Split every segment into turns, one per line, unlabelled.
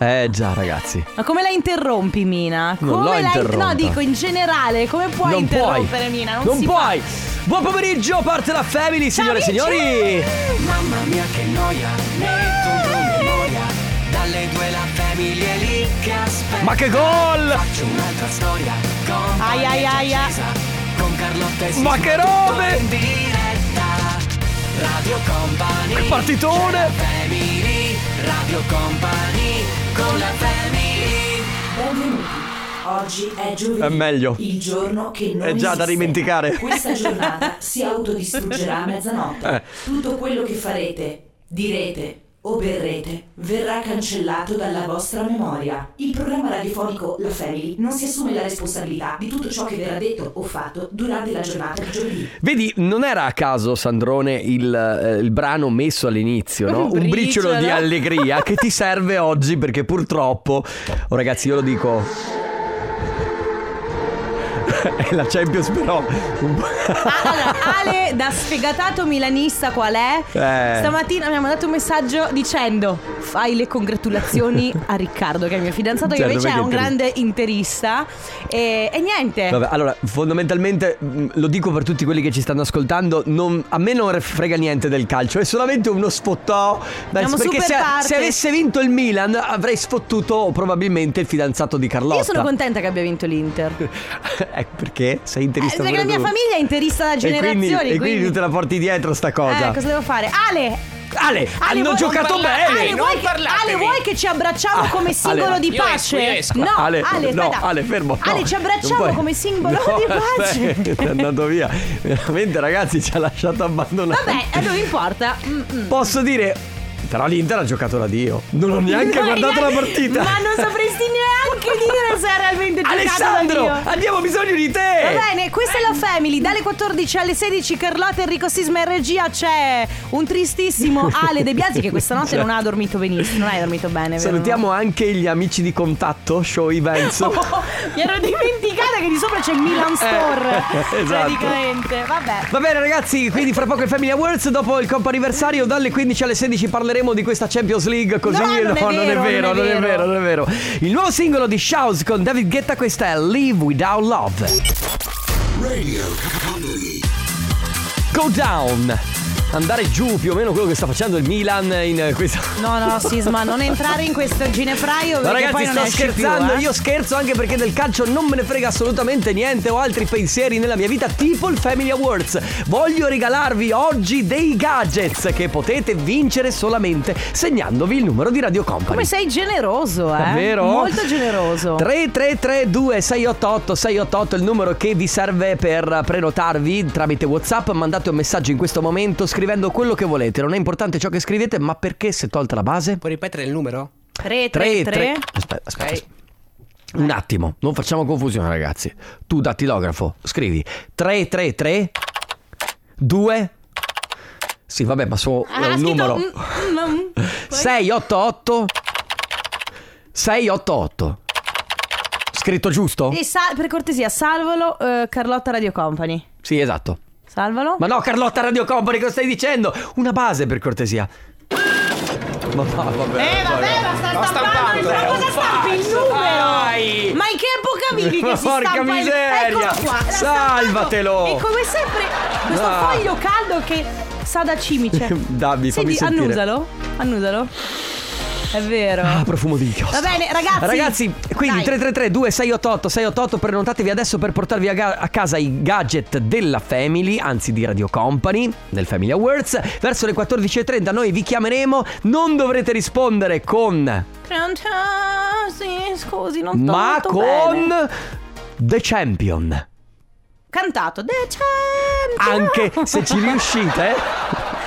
Eh già ragazzi.
Ma come la interrompi, Mina? Come
Non l'ho
la
interrotta.
No, dico in generale, come puoi
non puoi.
interrompere Mina? Non, si può.
puoi. Buon pomeriggio, parte la family, signore e
amici!
signori.
Mamma mia che noia, metto un promemoria Dalle due la famiglia è lì che aspetta
Ma che gol!
Faccio un'altra storia, con
Ai, ai,
Vanessa
ai, ai.
Cesa, Con Carlotta e
Ma
Sisma,
che
tutto
robe!
in diretta Radio Company
Che partitone!
Family, Radio Company Con la family
Benvenuti. Oggi è giovedì.
È meglio.
Il giorno che non
È già da
esiste.
dimenticare.
Questa giornata si autodistruggerà a mezzanotte.
Eh.
Tutto quello che farete, direte o berrete verrà cancellato dalla vostra memoria. Il programma radiofonico La Family non si assume la responsabilità di tutto ciò che verrà detto o fatto durante la giornata di giovedì.
Vedi, non era a caso Sandrone il, eh, il brano messo all'inizio, no?
Un
Un briciolo di
briciolo.
allegria che ti serve oggi perché purtroppo, oh, ragazzi, io lo dico. È la Champions però. un po'-
Ah, allora, Ale da sfegatato milanista qual è?
Eh.
Stamattina mi ha mandato un messaggio dicendo fai le congratulazioni a Riccardo che è il mio fidanzato
Certo,
che invece è
perché
un
è interista.
grande interista e, e niente.
Vabbè, allora, fondamentalmente mh, lo dico per tutti quelli che ci stanno ascoltando, non- a me non frega niente del calcio, è solamente uno sfottò. Dai,
Siamo
perché
super
se,
parte.
se avesse vinto il Milan avrei sfottuto probabilmente il fidanzato di Carlotta.
Io sono contenta che abbia vinto l'Inter.
Eh, perché? Sei interista
Eh, perché
pure
la mia
tu.
famiglia è interista da
E
generazioni,
quindi- E quindi,
quindi-
tu te la porti dietro sta cosa.
Eh, cosa devo fare? Ale!
Ale, hanno
vuoi-
giocato
non parla-
bene.
Ale, vuoi, che- Ale, vuoi che ci abbracciamo
Ah,
come singolo
Ale,
di
io esco, io
pace?
esco.
No,
Ale,
Ale,
no,
aspetta.
Ale, fermo. no,
Ale, ci abbracciamo
non puoi-
come singolo
No,
di pace.
aspetta, È andato via. Veramente, ragazzi, ci ha lasciato abbandonato.
Vabbè, a noi importa. Mm, mm.
Posso dire, però l'Inter ha giocato da Dio. Non ho neanche
Ma-
guardato la partita.
Ma non sapresti neanche dire se ha realmente giocato
Alessandro, Eh.
da Dio.
abbiamo bisogno di te.
Va bene, questa è la Family, dalle 14 alle 16 Carlotta, Enrico Sisma e regia c'è un tristissimo Ale De Biasi che questa notte non ha dormito benissimo, non hai dormito bene. vero?
Cioè. Salutiamo anche gli amici di contatto, show events.
Oh, mi ero dimenticata che di sopra c'è il Milan Store.
esatto.
Praticamente. Vabbè.
Va bene ragazzi, quindi fra poco il Family Awards, dopo il compo anniversario dalle 15 alle 16 parleremo di questa Champions League così
No, non è vero,
non, è vero, non è vero. Il nuovo singolo di Shouse con David Guetta questa è Live Without Love. Go down. Andare giù più o meno quello che sta facendo il Milan in eh, questa
No, no, Sisma, non entrare in questo ginefraio
No,
perché
ragazzi,
poi non
sto
esci
scherzando.
più, eh.
Io scherzo anche perché del calcio non me ne frega assolutamente niente. Ho altri pensieri nella mia vita, tipo il Family Awards. Voglio regalarvi oggi dei gadgets che potete vincere solamente segnandovi il numero di Radio Company.
Come sei generoso, eh?
Davvero?
Molto generoso.
3332 688 688 il numero che vi serve per prenotarvi tramite WhatsApp. Mandate un messaggio in questo momento scrivendo quello che volete. Non è importante ciò che scrivete, ma perché se tolta la base?
Puoi ripetere il numero?
3,
3
3,
3
3.
Aspetta, aspetta. Un attimo, non facciamo confusione, ragazzi. Tu dattilografo, scrivi 333 2 Sì, vabbè, ma sono
Ah,
è un numero 688 688. Scritto giusto?
E sa- per cortesia, salvalo eh, Carlotta Radio Company.
Sì, esatto.
Salvalo.
Ma no, Carlotta Radio Company, cosa stai dicendo? Una base per cortesia. Ma no, vabbè. cioè,
Eh vabbè, ma sta stampando, ma cosa stampi il numero? Ma in che epoca vivi che si
Porca
stampa il-
miseria.
Eccolo qua, l'ha
Salvatelo.
stampato. E come sempre questo
Ah.
foglio caldo che sa da cimice.
Dabbi, fammi
Senti,
sentire.
annusalo, annusalo. È vero.
Ah, profumo di inchiostro.
Va bene, ragazzi.
Ragazzi, quindi
Dai.
333 2688 688 prenotatevi adesso per portarvi a, ga- a casa i gadget della Family, anzi di Radio Company, del Family Awards. Verso le 14:30 noi vi chiameremo, non dovrete rispondere con
Pronto? Sì, scusi, non sto
ma
molto
con
bene.
The Champion.
Cantato The Champion.
Anche se ci riuscite,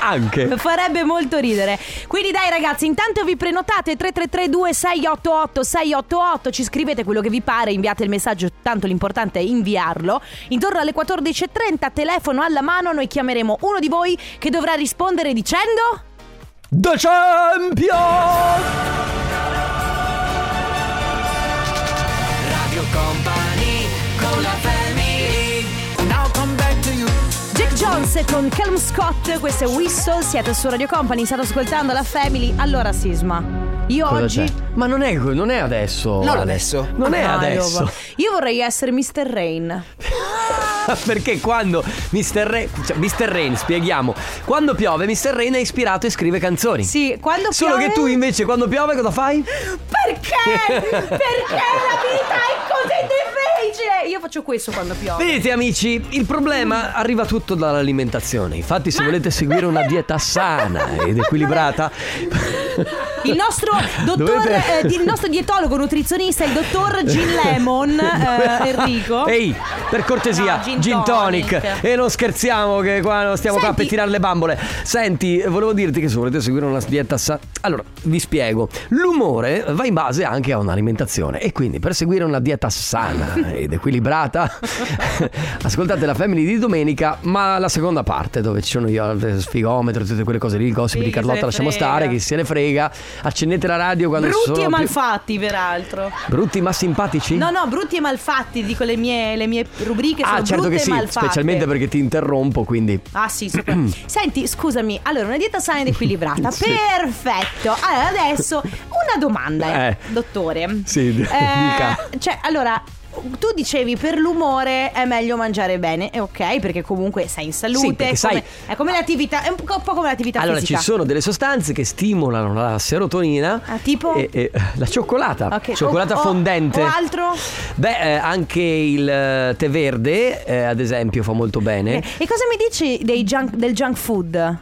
anche.
Farebbe molto ridere. Quindi dai ragazzi, intanto vi prenotate 3332 688 688, ci scrivete quello che vi pare, inviate il messaggio, tanto l'importante è inviarlo. Intorno alle 14:30 telefono alla mano, noi chiameremo uno di voi che dovrà rispondere dicendo
The Champion!
Radio Company Con la family Now come back to you
Jack Jones con Calm Scott, questo è Whistle, siete su Radio Company, state ascoltando la Family. Allora Sisma, Io
Cosa
oggi.
c'è? Ma non è, non è adesso.
Non adesso.
Non è
No,
adesso.
Io, io vorrei essere Mr. Rain.
Perché quando Mr. Rain, cioè Mr. Rain, spieghiamo, quando piove Mr. Rain è ispirato e scrive canzoni.
Sì, quando
Solo
piove-
che tu invece quando piove cosa fai?
Perché? Perché la vita è così difficile? Io faccio questo quando piove.
Vedete amici, il problema arriva tutto dall'alimentazione. Infatti se volete seguire una dieta sana ed equilibrata,
Il nostro dottor,
Dovete-
eh, di- il nostro dietologo nutrizionista, il dottor Gin Lemon, eh, Enrico.
Ehi, per cortesia,
No,
gin,
gin
tonic.
tonic.
E non scherziamo che qua non stiamo qua a
Senti-
pettinare le bambole. Senti, volevo dirti che se volete seguire una dieta sa- Allora, vi spiego. L'umore va in base anche a un'alimentazione e quindi per seguire una dieta sana ed equilibrata ascoltate la Family di domenica, ma la seconda parte dove ci sono io al sfigometro, tutte quelle cose lì, il gossip
Sì,
di
chi se
Carlotta
ne
lasciamo
frega.
stare, chi se ne frega. Accendete la radio quando ci
Brutti
sono
e
più-
malfatti, peraltro.
Brutti ma simpatici?
No, no, brutti e malfatti, dico le mie, le mie rubriche sono
Ah, certo
brutte
che
e
sì,
malfatte.
specialmente perché ti interrompo, quindi
Ah sì, so- senti, scusami, allora una dieta sana ed equilibrata,
Sì.
perfetto. Allora adesso una domanda, eh,
Eh.
dottore. Eh,
Sì, d- dica.
Cioè, allora, tu dicevi per l'umore è meglio mangiare bene, è ok, perché comunque sei in salute,
Sì, perché
è come-
sai-
è come l'attività, è un po' un po' come l'attività
Allora
fisica.
ci sono delle sostanze che stimolano la serotonina.
Ah, tipo?
E- e- eh, la cioccolata.
Ok,
Cioccolata
o- o-
fondente.
o altro?
Beh, eh, anche il eh, tè verde, eh, ad esempio, fa molto bene.
Eh, E cosa mi dici dei junk- del junk food?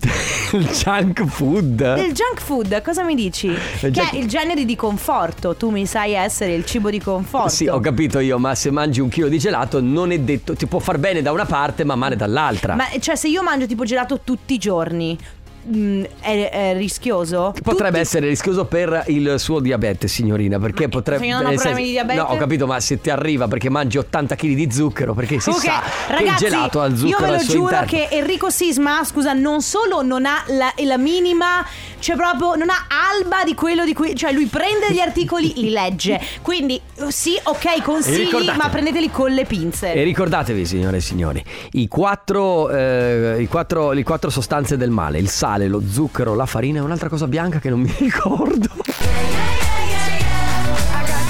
Eh? il junk food.
Del junk food, cosa mi dici? Che
junk-
è il genere di conforto, tu mi sai essere il cibo di conforto.
Sì, ho capito io, ma se mangi un chilo di gelato non è detto, ti può far bene da una parte ma male dall'altra.
Ma cioè, se io mangio tipo gelato tutti i giorni, mh, è, è rischioso?
Potrebbe
Tutti-
essere rischioso per il suo diabete, signorina, perché
Ma
potrebbe...
se io non ho
nel
problemi di diabete?
No, ho capito, ma se ti arriva perché mangi 80 kg di zucchero, perché si
Comunque,
sa
ragazzi,
che il gelato al zucchero
io ve lo
al suo
giuro
interno.
che Enrico Sisma, scusa, non solo non ha la, la minima, cioè proprio non ha alba di quello di cui, cioè lui prende gli articoli, li legge. Quindi sì, ok, consigli,
ricordate-
ma prendeteli con le pinze.
E ricordatevi, signore e signori, i quattro, eh, i quattro- le quattro sostanze del male: il sale, lo zucchero, la farina e un'altra cosa bianca che non mi ricordo.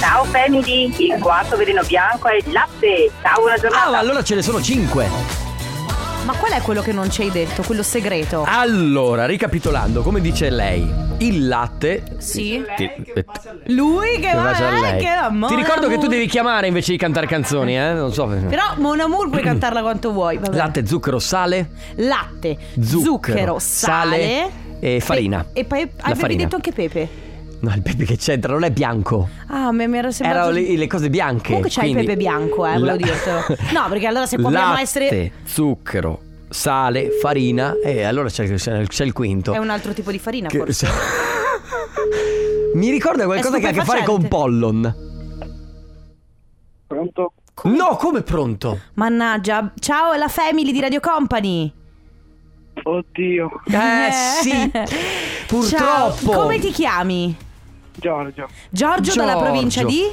Ciao Family, il quarto veleno bianco è il latte. Ciao, una giornata.
Ah, ma allora ce ne sono cinque.
Ma qual è quello che non ci hai detto, quello segreto?
Ah. Allora, ricapitolando, come dice lei, il latte.
Sì.
Ti,
Lui che
che
va
bacia a
eh,
lei.
che va, mon
Ti ricordo che tu
amour.
devi chiamare invece di cantare canzoni, eh? Non so.
Però Mon Amour puoi cantarla quanto vuoi. vabbè.
Latte, zucchero, sale.
Latte,
Zucchero,
sale,
sale e farina.
Pe- e poi
La
avevi
farina.
detto anche pepe.
No, il pepe che c'entra non è bianco.
Ah, a me mi era sembrato.
Erano le, le cose bianche.
Comunque c'hai il
quindi-
pepe bianco, eh, volevo
La-
dirtelo. No, perché allora se vogliamo
Latte,
essere-
zucchero, sale, farina e allora c'è, c'è- c'è il quinto.
È un altro tipo di farina,
Che-
forse.
Mi ricorda qualcosa che ha a che fare con
stupefacente.
Pollon.
Pronto?
No, come pronto?
Mannaggia. Ciao, la family di Radio Company.
Oddio,
Eh sì. Purtroppo.
Ciao, come ti chiami?
Giorgio,
Giorgio, dalla
Giorgio.
provincia di?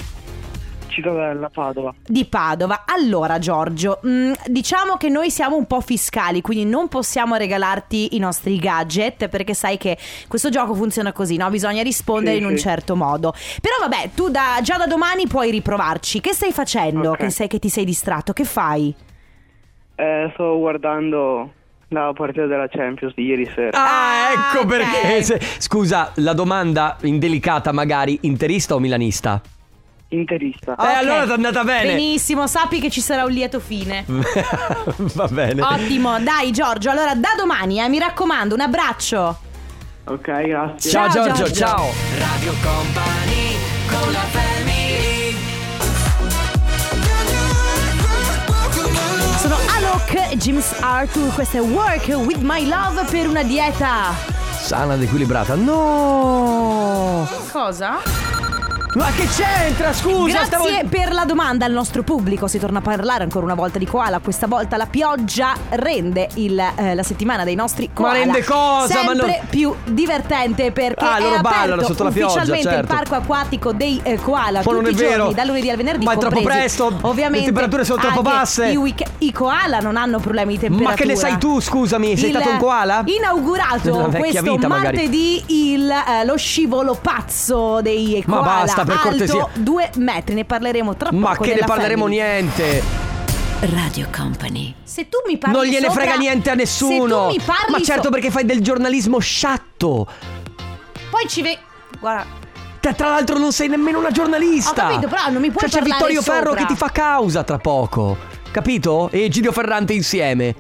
Cittadella, Padova.
Di Padova. Allora, Giorgio, mh, diciamo che noi siamo un po' fiscali, quindi non possiamo regalarti i nostri gadget perché sai che questo gioco funziona così, no? Bisogna rispondere
Sì,
in un
sì.
certo modo. Però vabbè, tu da- già da domani puoi riprovarci. Che stai facendo?
Ok.
Che, sei, che ti sei distratto? Che fai?
Eh, sto guardando la partita della Champions di ieri sera.
Ah, ecco
Ah, ok.
perché. se- Scusa, la domanda indelicata, magari interista o milanista?
Eh,
Interista.
Eh,
Ok.
allora ti è andata bene.
Benissimo, sappi che ci sarà un lieto fine.
Va bene.
Ottimo, dai Giorgio, allora da domani, eh, mi raccomando, un abbraccio.
Ok, grazie.
Ciao,
Ciao,
Giorgio,
Giorgio.
ciao.
Sono Alok, James Arthur, questo è Work with My Love per una dieta.
Sana ed equilibrata. No!
Cosa?
Ma che c'entra? Scusa,
Grazie
stavo.
per la domanda al nostro pubblico. Si torna a parlare ancora una volta di koala. Questa volta la pioggia rende il, eh, la settimana dei nostri koala
rende cosa? Ma
sempre
non-
più divertente perché
Ah, loro
è
ballano
aperto
sotto la pioggia,
ufficialmente
certo.
il parco acquatico dei eh, koala
Ma non
tutti
è
i
vero.
giorni, dal lunedì al venerdì.
Ma è troppo
compresi.
presto,
Ovviamente
le temperature sono troppo
anche
basse.
I, week- i koala non hanno problemi di temperatura.
Ma che ne sai tu, scusami? Sei
Il-
stato un koala? Nella
Inaugurato
vecchia
questo
vita, magari.
martedì il, eh, lo scivolo pazzo dei
Ma
koala.
basta, per
alto
cortesia.
due metri, ne parleremo tra poco.
Ma che ne
nella
parleremo
Family.
niente.
Radio Company.
Se tu mi parli
non gliene
sopra-
frega niente a nessuno.
Se tu mi parli
Ma certo
so-
perché fai del giornalismo sciatto.
Poi ci vedi. Guarda,
Tra, tra l'altro non sei nemmeno una giornalista.
Ho capito, però non mi
Cioè
puoi
c'è
parlare
Vittorio
sopra.
Ferro che ti fa causa tra poco. Capito? E Gidio Ferrante insieme.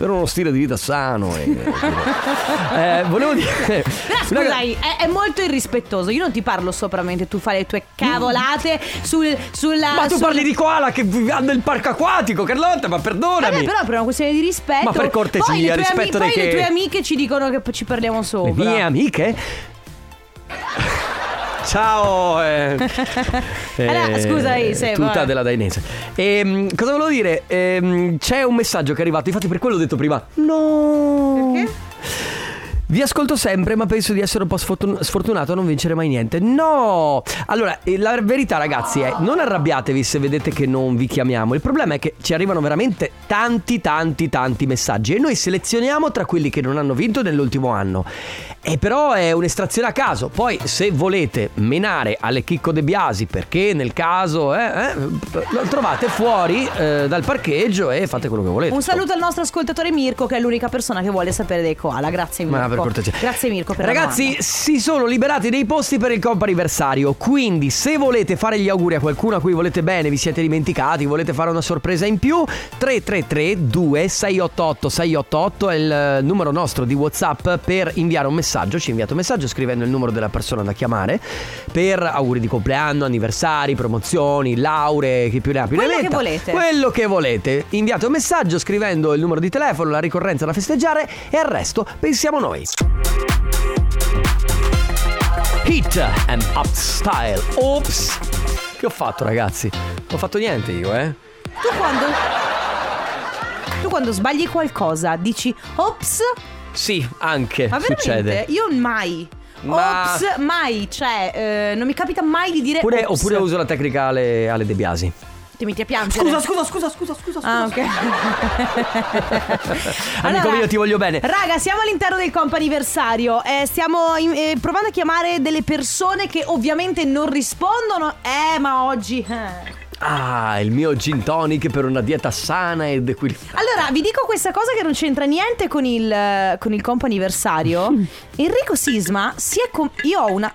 Per uno stile di vita sano. e- eh, volevo dire.
però
una-
scusa, eh, è, è molto irrispettoso. Io non ti parlo sopra mentre tu fai le tue cavolate sul, sulla.
Ma tu
sul-
parli di koala che v- hanno il parco acquatico, Carlotta, ma perdonami.
Vabbè, però per una questione di rispetto.
Ma per cortesia,
poi le tue
rispetto
ami-
di
Poi
che?
le tue amiche ci dicono che p- ci parliamo
Le
sopra.
mie amiche? Ciao, eh, eh,
Allora, scusa, eh, se-
tuta
vabbè.
della Dainese. Ehm, cosa volevo dire? Ehm, c'è un messaggio che è arrivato, infatti, per quello ho detto prima: No, perché? Vi ascolto sempre, ma penso di essere un po' sfortun- sfortunato a non vincere mai niente. No! Allora, eh, la verità, ragazzi, è non arrabbiatevi se vedete che non vi chiamiamo. Il problema è che ci arrivano veramente tanti, tanti, tanti messaggi. E noi selezioniamo tra quelli che non hanno vinto nell'ultimo anno. E però è un'estrazione a caso. Poi, se volete menare alle Chicco De Biasi, perché nel caso, eh, eh, lo trovate fuori eh, dal parcheggio e fate quello che volete.
Un saluto al nostro ascoltatore Mirko, che è l'unica persona che vuole sapere dei koala. Grazie Mirko.
Ma per cortesia.
Grazie Mirko per la
Ragazzi, si sono liberati dei posti per il comp'anniversario. Quindi, se volete fare gli auguri a qualcuno a cui volete bene, vi siete dimenticati, volete fare una sorpresa in più, 333 2688 688 è il eh, numero nostro di WhatsApp per inviare un messaggio. Ci inviate un messaggio scrivendo il numero della persona da chiamare per auguri di compleanno, anniversari, promozioni, lauree, chi più ne ha più
Quello
ne
che
metta.
volete.
Quello che volete. Inviate un messaggio scrivendo il numero di telefono, la ricorrenza da festeggiare e al resto pensiamo noi. Hit and Up Style. Ops. Che ho fatto, ragazzi? Non ho fatto niente io, eh.
domanda. Tu quando Tu quando sbagli qualcosa dici "Ops",
Sì, anche
ma veramente
succede.
io mai
Ma-
Ops, mai, cioè, eh, non mi capita mai di dire
Oppure,
Eh, ops.
oppure uso la tecnica Ale, Ale De Biasi.
Ti metti a piangere. Scusa, scusa, scusa, scusa, scusa. Ah, ok.
Amico mio, ti voglio bene.
Raga, siamo all'interno del comp'anniversario. Eh, stiamo in- eh, provando a chiamare delle persone che ovviamente non rispondono. Eh, ma oggi. eh.
Ah, il mio gin tonic per una dieta sana ed equilibrata.
Allora, vi dico questa cosa che non c'entra niente con il, eh, con il comp'anniversario. Enrico Sisma si è. com- io ho una.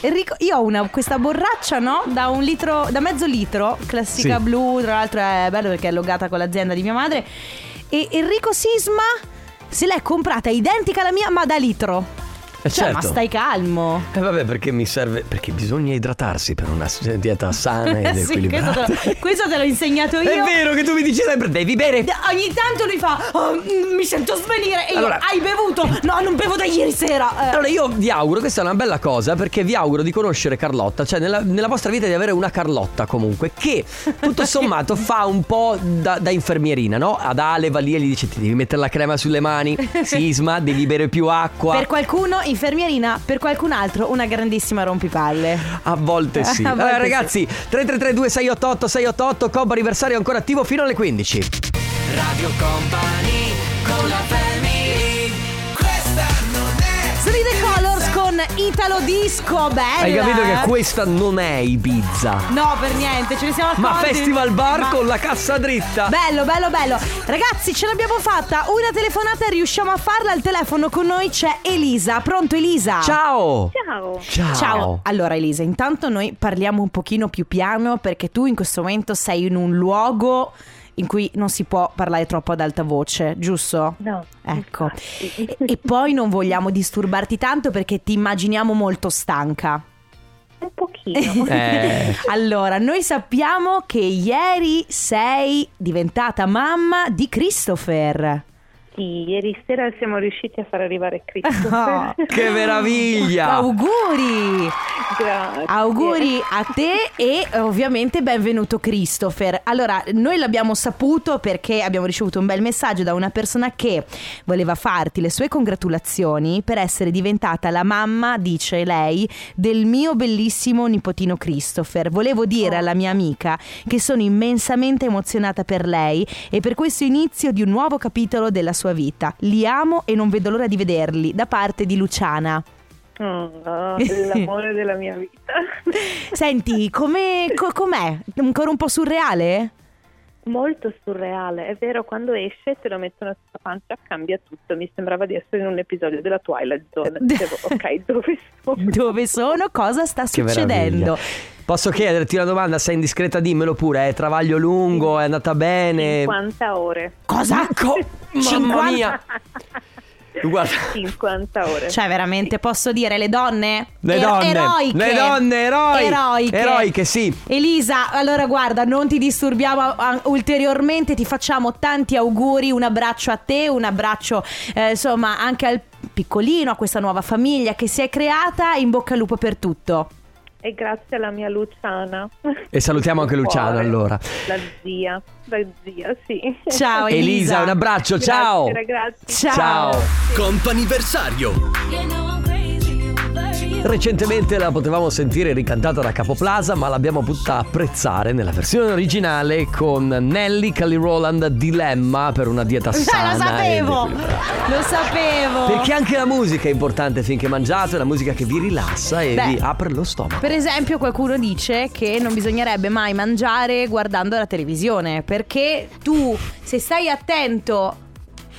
Enrico, io ho una, questa borraccia, no? Da un litro, da mezzo litro, classica
Sì.
blu, tra l'altro è bello perché è logata con l'azienda di mia madre. E Enrico Sisma se l'è comprata identica alla mia, ma da litro.
Eh, certo.
Cioè, ma stai calmo.
Eh vabbè, perché mi serve. Perché bisogna idratarsi per una s- dieta sana ed
sì, questo,
equilibrata.
te lo, questo te l'ho insegnato io.
È vero che tu mi dici sempre: devi bere
D- Ogni tanto lui fa "Oh, mm, Mi sento svenire E io,
Allora-
Hai bevuto No non bevo da ieri sera Eh,
Allora io vi auguro, questa è una bella cosa perché vi auguro di conoscere Carlotta, cioè nella, nella vostra vita di avere una Carlotta comunque che tutto sommato fa un po' da, da infermierina, no? Ad Ale va lì e gli dice ti devi mettere la crema sulle mani, sisma, devi bere più acqua.
Per qualcuno infermierina Per qualcun altro Una grandissima rompipalle
A volte sì.
A
Allora
volte
ragazzi, 3332 688 688, Cobba anniversario ancora attivo fino alle 15.
Sono The Colors con Italo Disco Bella
Hai capito che
eh?
questa non è Ibiza,
No per niente Ce ne siamo accorti
ma Festival Bar
Ma-
con la cassa dritta.
Bello, bello, bello. Ragazzi, ce l'abbiamo fatta. Una telefonata riusciamo a farla al telefono con noi c'è Elisa. Pronto Elisa?
Ciao! Ciao!
Ciao. Allora Elisa, intanto noi parliamo un pochino più piano perché tu in questo momento sei in un luogo in cui non si può parlare troppo ad alta voce, giusto?
No.
Ecco. E, e poi non vogliamo disturbarti tanto perché ti immaginiamo molto stanca.
Un pochino.
Eh.
Allora, noi sappiamo che ieri sei diventata mamma di Christopher.
Sì, ieri sera siamo riusciti a far arrivare
Oh.
Christopher.
Che meraviglia!
Auguri!
Grazie.
Auguri a te e eh, ovviamente benvenuto Christopher. Allora, noi l'abbiamo saputo perché abbiamo ricevuto un bel messaggio da una persona che voleva farti le sue congratulazioni per essere diventata la mamma, dice lei, del mio bellissimo nipotino Christopher. Volevo dire alla mia amica che sono immensamente emozionata per lei e per questo inizio di un nuovo capitolo della sua vita. Li amo e non vedo l'ora di vederli da parte di Luciana.
Oh, l'amore della mia vita.
Senti, come, co- com'è? Ancora un po' surreale?
Molto surreale, è vero, quando esce te lo mettono sulla pancia, cambia tutto. Mi sembrava di essere in un episodio della Twilight Zone. Dicevo, ok, dove sono?
Dove sono? Cosa sta
Che meraviglia.
succedendo?
Posso chiederti una domanda? Sei indiscreta, dimmelo pure. È travaglio lungo, è andata
Eh.
bene.
50 ore.
Cosa?
Co- Mamma
50?
mia! Guarda.
50 ore.
Cioè, veramente, posso dire, le donne?
Le
Ero-
donne,
Eroiche.
le donne, eroi,
Eroiche.
eroiche, sì.
Elisa, allora guarda, non ti disturbiamo a- ulteriormente, ti facciamo tanti auguri, un abbraccio a te, un abbraccio eh, insomma anche al piccolino, a questa nuova famiglia che si è creata, in bocca al lupo per tutto.
E grazie alla mia Luciana.
E salutiamo anche
Cuore.
Luciana, allora.
La zia, la zia, sì.
Ciao Elisa.
Elisa, un abbraccio, ciao.
Grazie, ragazzi.
Ciao.
Comp'anniversario
Recentemente la potevamo sentire ricantata da Capoplaza, ma l'abbiamo potuta apprezzare nella versione originale con Nelly Cali Roland Dilemma per una dieta sana.
Eh,
e-
lo sapevo, lo sapevo.
Perché anche la musica è importante finché mangiate, è la musica che vi rilassa e
Beh.
vi apre lo stomaco.
Per esempio, qualcuno dice che non bisognerebbe mai mangiare guardando la televisione. Perché tu, se stai attento.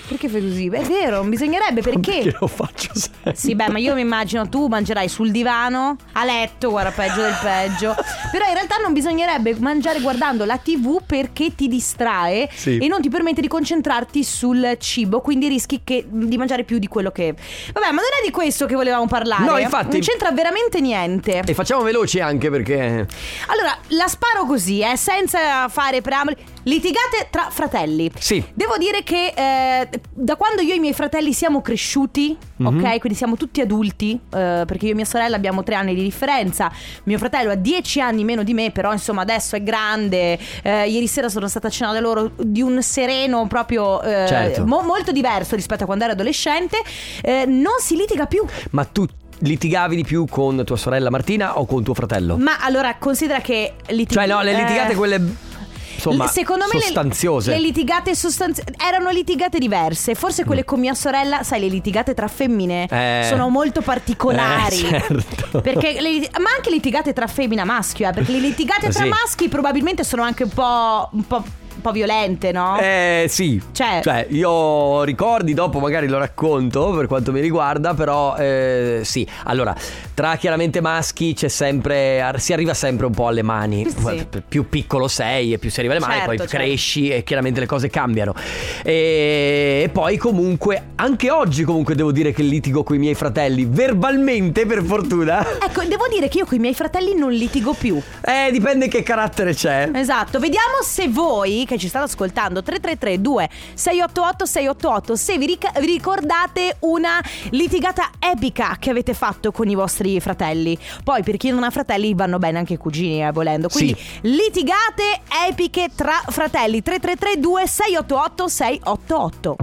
Perché fai così? Beh, È vero, non bisognerebbe perché.
Perché lo faccio sempre.
Sì, beh, ma io mi immagino tu mangerai sul divano, a letto, guarda, peggio del peggio. Però in realtà non bisognerebbe mangiare guardando la TV perché ti distrae
Sì.
e non ti permette di concentrarti sul cibo, quindi rischi che- di mangiare più di quello che. Vabbè, ma non è di questo che volevamo parlare.
No, infatti.
Non c'entra veramente niente.
E facciamo veloci anche perché
Allora, la sparo così, eh, senza fare preamboli. Litigate tra fratelli.
Sì.
Devo dire che eh, da quando io e i miei fratelli siamo cresciuti,
Mhm.
ok? Quindi siamo tutti adulti, eh, perché io e mia sorella abbiamo tre anni di differenza. Mio fratello ha dieci anni meno di me, però insomma adesso è grande. Eh, ieri sera sono stata a cena da loro di un sereno proprio eh,
Certo.
mo- molto diverso rispetto a quando ero adolescente. Eh, non si litiga più.
ma tu litigavi di più con tua sorella Martina o con tuo fratello?
Ma allora considera che litig-
Cioè no, le litigate
eh,
quelle insomma
L- secondo me le-
sostanziose.
Le, litigate sostanziose erano litigate diverse. Forse quelle con mia sorella, sai, le litigate tra femmine
Mm. Eh.
sono molto particolari.
Eh, certo.
Perché le lit- ma anche litigate tra femmina e maschio, eh, perché le litigate tra
Sì.
maschi probabilmente sono anche un po', un po', un po' violente, no?
Eh sì,
Cioè-
io ricordi, dopo magari lo racconto per quanto mi riguarda, però eh, sì, allora, tra chiaramente maschi c'è sempre, ar- si arriva sempre un po' alle mani,
Sì.
P- più piccolo sei e più si arriva alle mani,
Certo,
poi
certo.
cresci e chiaramente le cose cambiano. E, e poi comunque, anche oggi comunque devo dire che litigo con i miei fratelli, verbalmente per fortuna.
Ecco, devo dire che io con i miei fratelli non litigo più.
Eh, dipende che carattere c'è.
Esatto, vediamo se voi che ci state ascoltando 3332 688 688 se vi ric- vi ricordate una litigata epica che avete fatto con i vostri fratelli. Poi per chi non ha fratelli vanno bene anche i cugini eh, volendo. Quindi litigate epiche tra fratelli 3332 688 688.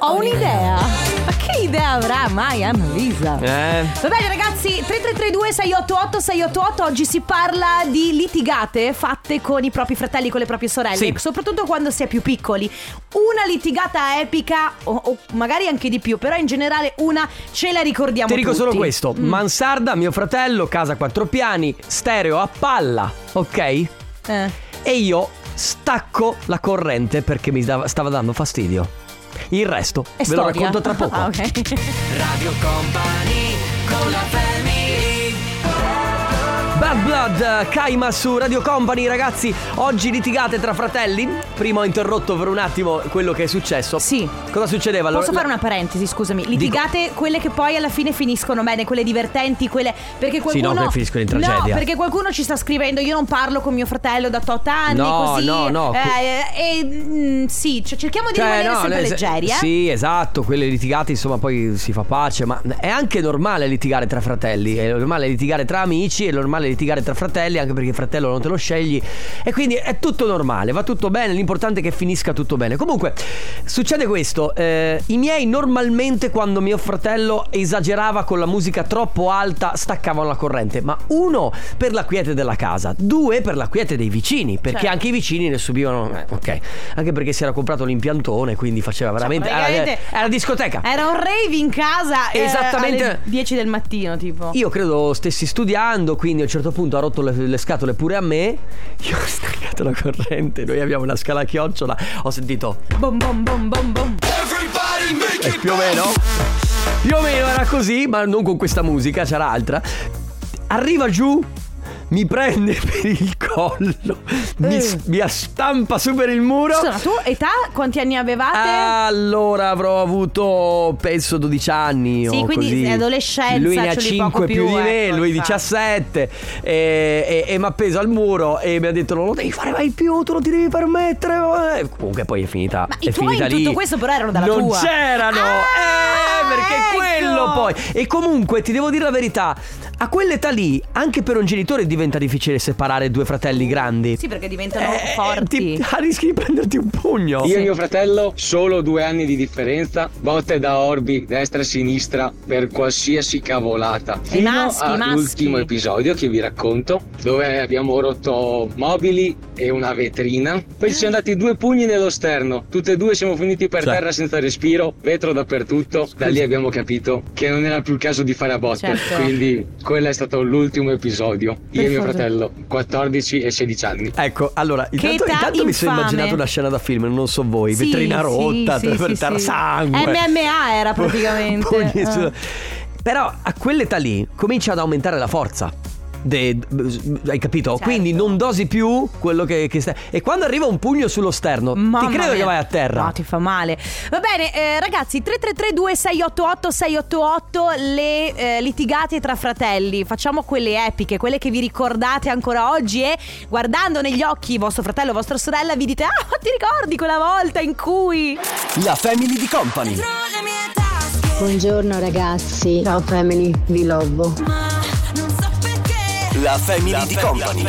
Ho un'idea. Ma che idea avrà mai Annalisa?
Eh?
Va bene ragazzi, 3332 688 688 oggi si parla di litigate fatte con i propri fratelli, con le proprie sorelle,
Sì.
soprattutto quando si è più piccoli. Una litigata epica o, o magari anche di più, però in generale una ce la ricordiamo
Ti dico
tutti.
solo questo:
Mm.
mansarda, mio fratello, casa quattro piani, stereo a palla, ok?
Eh.
E io stacco la corrente perché mi dava- stava dando fastidio. Il resto
È
ve lo
storia.
racconto tra poco.
Ah, ok.
Bad Blood, Kaima su Radio Company, ragazzi, oggi litigate tra fratelli. Prima ho interrotto per un attimo quello che è successo.
Sì.
Cosa succedeva? Allora,
Posso
la-
fare una parentesi, scusami. Litigate quelle che poi alla fine finiscono bene, quelle divertenti, quelle. Perché qualcuno.
no, quelle finiscono in tragedia.
No, perché qualcuno ci sta scrivendo: Io non parlo con mio fratello da tot anni.
No,
così.
no, no.
Eh, e mm, sì, cioè, cerchiamo di rimanere
no,
sempre
le-
leggeri, eh.
Sì, esatto, quelle litigate, insomma, poi si fa pace, ma è anche normale litigare tra fratelli, è normale litigare tra amici, è normale litigare tra fratelli, anche perché il fratello non te lo scegli e quindi è tutto normale, va tutto bene, l'importante è che finisca tutto bene. Comunque, succede questo, eh, i miei normalmente quando mio fratello esagerava con la musica troppo alta staccavano la corrente, ma uno per la quiete della casa, due per la quiete dei vicini, perché
Certo.
anche i vicini ne subivano, eh, ok, anche perché si era comprato l'impiantone, quindi faceva veramente... era-
praticamente- Eh.
era, discoteca.
Era un rave in casa. eh,
Esattamente.
alle 10 del mattino, tipo.
Io credo stessi studiando, quindi a un certo punto ha rotto le, le scatole pure a me. Io ho staccato la corrente, noi abbiamo una scala a chiocciola. Ho sentito
Bom, bom, bom, bom, bom.
E più o meno Più o meno era così Ma non con questa musica C'era altra Arriva giù mi prende per il collo, mi, s- mi stampa su per il muro.
Scusa, ma tu età quanti anni avevate?
Ah. Allora avrò avuto penso 12 anni.
Sì,
o
quindi
così.
adolescenza,
Lui ne ha
ce li
5
poco
più,
più,
di me,
ecco,
lui
infatti.
17. E, e- e mi ha appeso al muro e mi ha detto: Non lo devi fare mai più, tu non ti devi permettere. E comunque poi è finita.
Ma
è
i tuoi
finita
in
lì.
tutto questo però erano dalla
non
tua.
c'erano!
Ah,
eh, perché
ecco!
quello poi. E comunque ti devo dire la verità: a quell'età lì, anche per un genitore diventa difficile separare due fratelli grandi.
Sì, perché diventano
Eh,
forti.
ti- rischi di prenderti un pugno.
Io e mio fratello, solo due anni di differenza, botte da orbi, destra e sinistra, per qualsiasi cavolata. Fino
maschi, maschi.
all'ultimo episodio che vi racconto, dove abbiamo rotto mobili e una vetrina. Poi ci
Ah.
siamo dati due pugni nello sterno, tutti e due siamo finiti per
Cioè.
terra senza respiro, vetro dappertutto. Da lì abbiamo capito che non era più il caso di fare a botte.
Certo.
Quindi quello è stato l'ultimo episodio. Io
Per
e mio
fortuna.
fratello, 14 e 16 anni.
Ecco, allora, intanto,
età
intanto mi sono
infame.
immaginato una scena da film, non so voi,
Sì,
vetrina
sì,
rotta,
sì,
per
sì,
terra
sì.
sangue.
MMA era praticamente.
Pugni su-
Ah.
Però a quell'età lì comincia ad aumentare la forza. De- hai capito?
Certo.
Quindi non dosi più quello che, che stai. E quando arriva un pugno sullo sterno,
Mamma
ti credo
mia.
che vai a terra.
No, ti fa male. Va bene, eh, ragazzi, 3332 688 688 le eh, litigate tra fratelli. Facciamo quelle epiche, quelle che vi ricordate ancora oggi e guardando negli occhi vostro fratello o vostra sorella vi dite "Ah, ma ti ricordi quella volta in cui?"
La family di company.
Buongiorno ragazzi. Ciao family, vi lovo.
La family di company.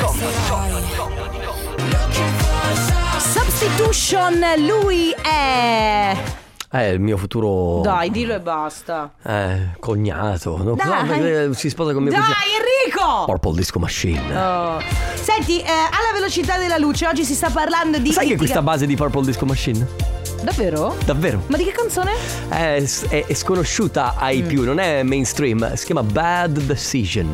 Substitution, lui è
Eh, il mio futuro.
Dai, dillo e basta.
Eh, cognato. No,
Dai.
no, eh, si sposa con mio
Dai,
cugino.
Enrico!
Purple Disco Machine.
Oh. Senti, eh, alla velocità della luce oggi si sta parlando di
Sai che
litiga-
questa base di Purple Disco Machine?
Davvero?
Davvero?
Ma di che canzone?
È, è- è sconosciuta ai
Mm.
più, non è mainstream. Si chiama Bad Decision.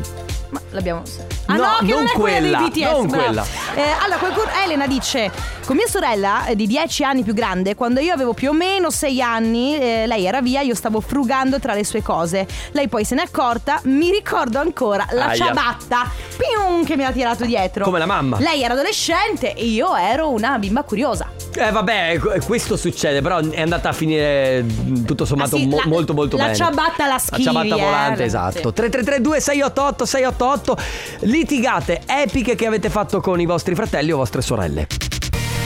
Ma l'abbiamo. Ah
No,
no, che non,
non
è quella,
quella,
dei BTS.
non
bravo.
quella.
Eh, allora, qualcuno, Elena dice: Con mia sorella, eh, di 10 anni più grande, quando io avevo più o meno 6 anni, eh, lei era via, io stavo frugando tra le sue cose. Lei poi se n'è accorta, mi ricordo ancora la
Aia.
ciabatta pium, che mi ha tirato dietro.
Come la mamma.
Lei era adolescente e io ero una bimba curiosa.
Eh vabbè, qu- questo succede, però è andata a finire mh, tutto sommato
Ah, sì,
mo-
la-
molto molto
la
bene.
ciabatta la schivi,
La ciabatta
eh,
volante,
sì.
esatto. 3332 688 688 litigate epiche che avete fatto con i vostri fratelli o vostre sorelle.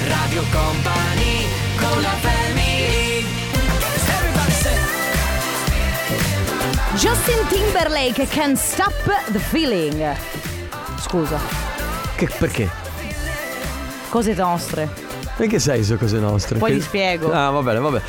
Radio Company con la
Justin Timberlake can stop the feeling. Scusa,
Che, perché?
cose nostre.
E che sai su cose nostre?
Poi
Che-
ti spiego.
Ah, va bene, va bene.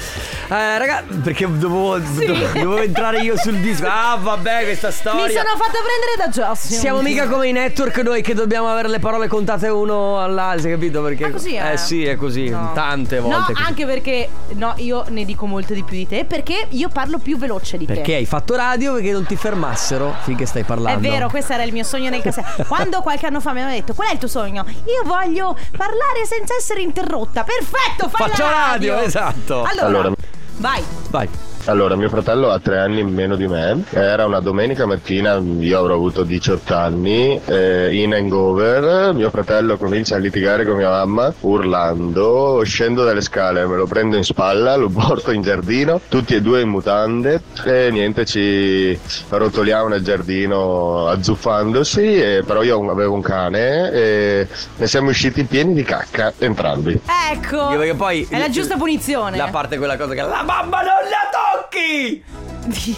Eh, raga, perché dovevo, do- dovevo entrare io sul disco. Ah, vabbè, questa storia.
Mi sono fatta prendere da Justin.
Siamo mica come i network noi che dobbiamo avere le parole contate uno all'altro, capito? Perché
Ah, così è?
Eh sì, è così,
No.
tante volte.
No,
è così.
anche perché no, io ne dico molto di più di te perché io parlo più veloce di
Perché
te.
hai fatto radio perché non ti fermassero finché stai
È
parlando.
vero, questo era il mio sogno nel castello. Quando qualche anno fa mi hanno detto "Qual è il tuo sogno?" Io voglio parlare senza essere interrotta. Perfetto, fai la
Faccio radio, esatto.
Allora,
Allora.
vai.
Vai.
Allora, mio fratello ha tre anni in meno di me. Era una domenica mattina, io avrò avuto 18 anni, eh, in hangover. Mio fratello comincia a litigare con mia mamma, urlando. Scendo dalle scale, me lo prendo in spalla, lo porto in giardino, tutti e due in mutande. E niente, ci rotoliamo nel giardino azzuffandosi. e- però io avevo un cane e ne siamo usciti pieni di cacca entrambi.
Ecco.
Perché poi
È la giusta punizione.
La parte quella cosa che la mamma non la tocchi!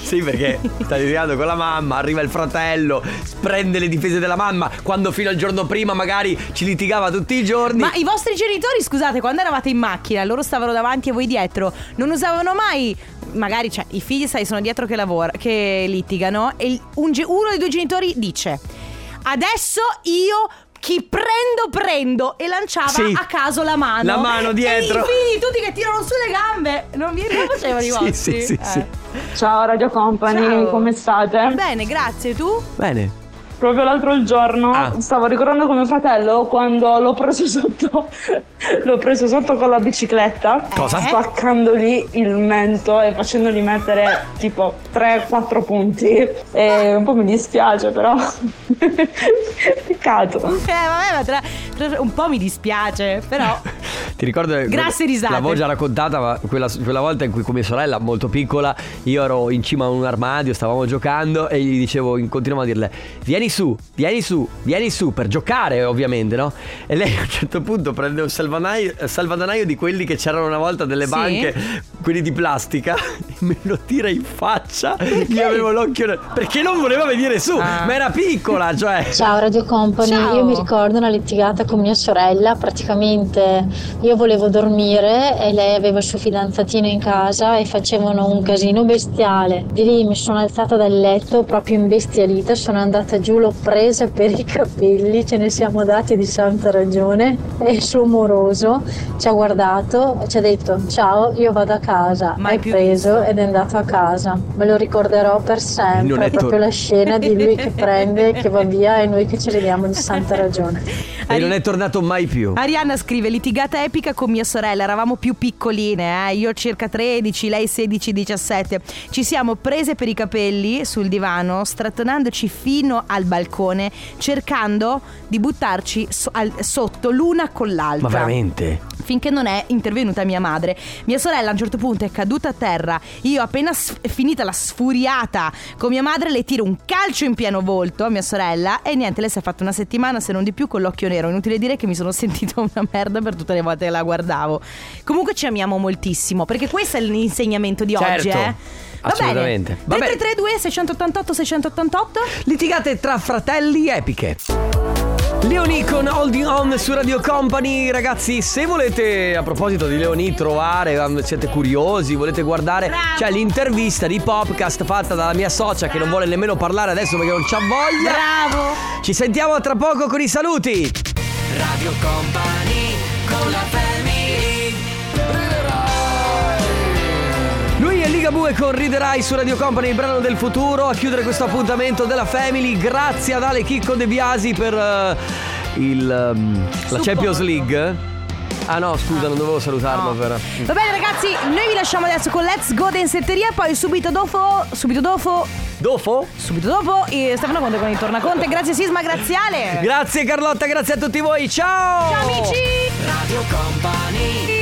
Sì, perché sta litigando con la mamma, arriva il fratello, prende le difese della mamma, quando fino al giorno prima magari ci litigava tutti i giorni.
Ma i vostri genitori, scusate, quando eravate in macchina, loro stavano davanti e voi dietro, non usavano mai. Magari, cioè, i figli, sai, sono dietro che lavora, che litigano. E il- un ge- uno dei due genitori dice: Adesso io. Chi prendo, prendo. E lanciava
Sì.
a caso la mano.
La mano dietro.
E i figli, tutti che tirano su le gambe. Non vi non facevano i
Sì,
vostri.
sì,
eh.
sì, sì.
Ciao Radio Company,
Ciao.
come state?
Bene, grazie, tu?
Bene. Ah.
Proprio l'altro giorno stavo ricordando con mio fratello quando l'ho preso sotto l'ho preso sotto con la bicicletta
Eh?
Cosa?
spaccandogli il mento e facendogli mettere tipo 3-4 punti e un po' mi dispiace però peccato
Eh, vabbè, ma tra- tra- un po' mi dispiace, però.
Ti ricordo
Grasse risate.
L'avevo già raccontata ma quella, quella volta in cui con mia sorella molto piccola io ero in cima a un armadio, stavamo giocando e gli dicevo, in- continuavo a dirle "Vieni su, vieni su, vieni su" per giocare, ovviamente, no? E lei a un certo punto prende un salvadanaio, salvadanaio di quelli che c'erano una volta delle
Sì.
banche, quelli di plastica, e me lo tira in faccia. Io avevo l'occhio nel- perché non voleva venire su, ma era piccola, cioè
Ciao Radio Company, io mi ricordo una litigata con mia sorella, praticamente io volevo dormire e lei aveva il suo fidanzatino in casa e facevano un casino bestiale. Di lì mi sono alzata dal letto proprio imbestialita, sono andata giù, l'ho presa per i capelli, ce ne siamo dati di santa ragione e il suo moroso ci ha guardato e ci ha detto ciao, io vado a casa. Mi ha preso ed è andato a casa. Me lo ricorderò per
Non
sempre,
è
è proprio
tor-
la scena di lui che prende, che va via e noi che ci vediamo di santa ragione.
e non è tornato mai più.
Arianna scrive litigata epica con mia sorella, eravamo più piccoline, eh? io circa 13, lei 16, 17. Ci siamo prese per i capelli sul divano, strattonandoci fino al balcone, cercando di buttarci so- al- sotto l'una con l'altra.
Ma veramente?
Finché non è intervenuta mia madre. Mia sorella a un certo punto è caduta a terra. Io, appena s- finita la sfuriata con mia madre, le tiro un calcio in pieno volto a mia sorella. E niente, lei si è fatta una settimana, se non di più, con l'occhio nero. Inutile dire che mi sono sentita una merda per tutte le volte che la guardavo. Comunque ci amiamo moltissimo, perché questo è l'insegnamento di
Certo,
oggi, eh. Va
assolutamente.
bene.
Va bene.
3332 688 688
Litigate tra fratelli epiche. Leoni con Holding On su Radio Company, ragazzi, se volete a proposito di Leoni trovare, ehm, siete curiosi, volete guardare, c'è l'intervista di podcast fatta dalla mia socia che non vuole nemmeno parlare adesso perché non c'ha voglia.
Bravo!
Ci sentiamo tra poco con i saluti.
Radio Company con la family.
Lui è Ligabue con Riderai su Radio Company, il brano del futuro, a chiudere questo appuntamento della Family. Grazie ad Ale Chicco De Biasi per eh, il, ehm, la Champions League. Ah no, scusa, non dovevo salutarlo per...
Va bene ragazzi, noi vi lasciamo adesso con Let's Go Densetteria, poi subito dopo, subito dopo...
Dopo?
Subito dopo eh, Stefano Conte con il Tornaconte, grazie Sisma, grazie Ale!
Grazie Carlotta, grazie a tutti voi, ciao!
Ciao amici!
Radio Company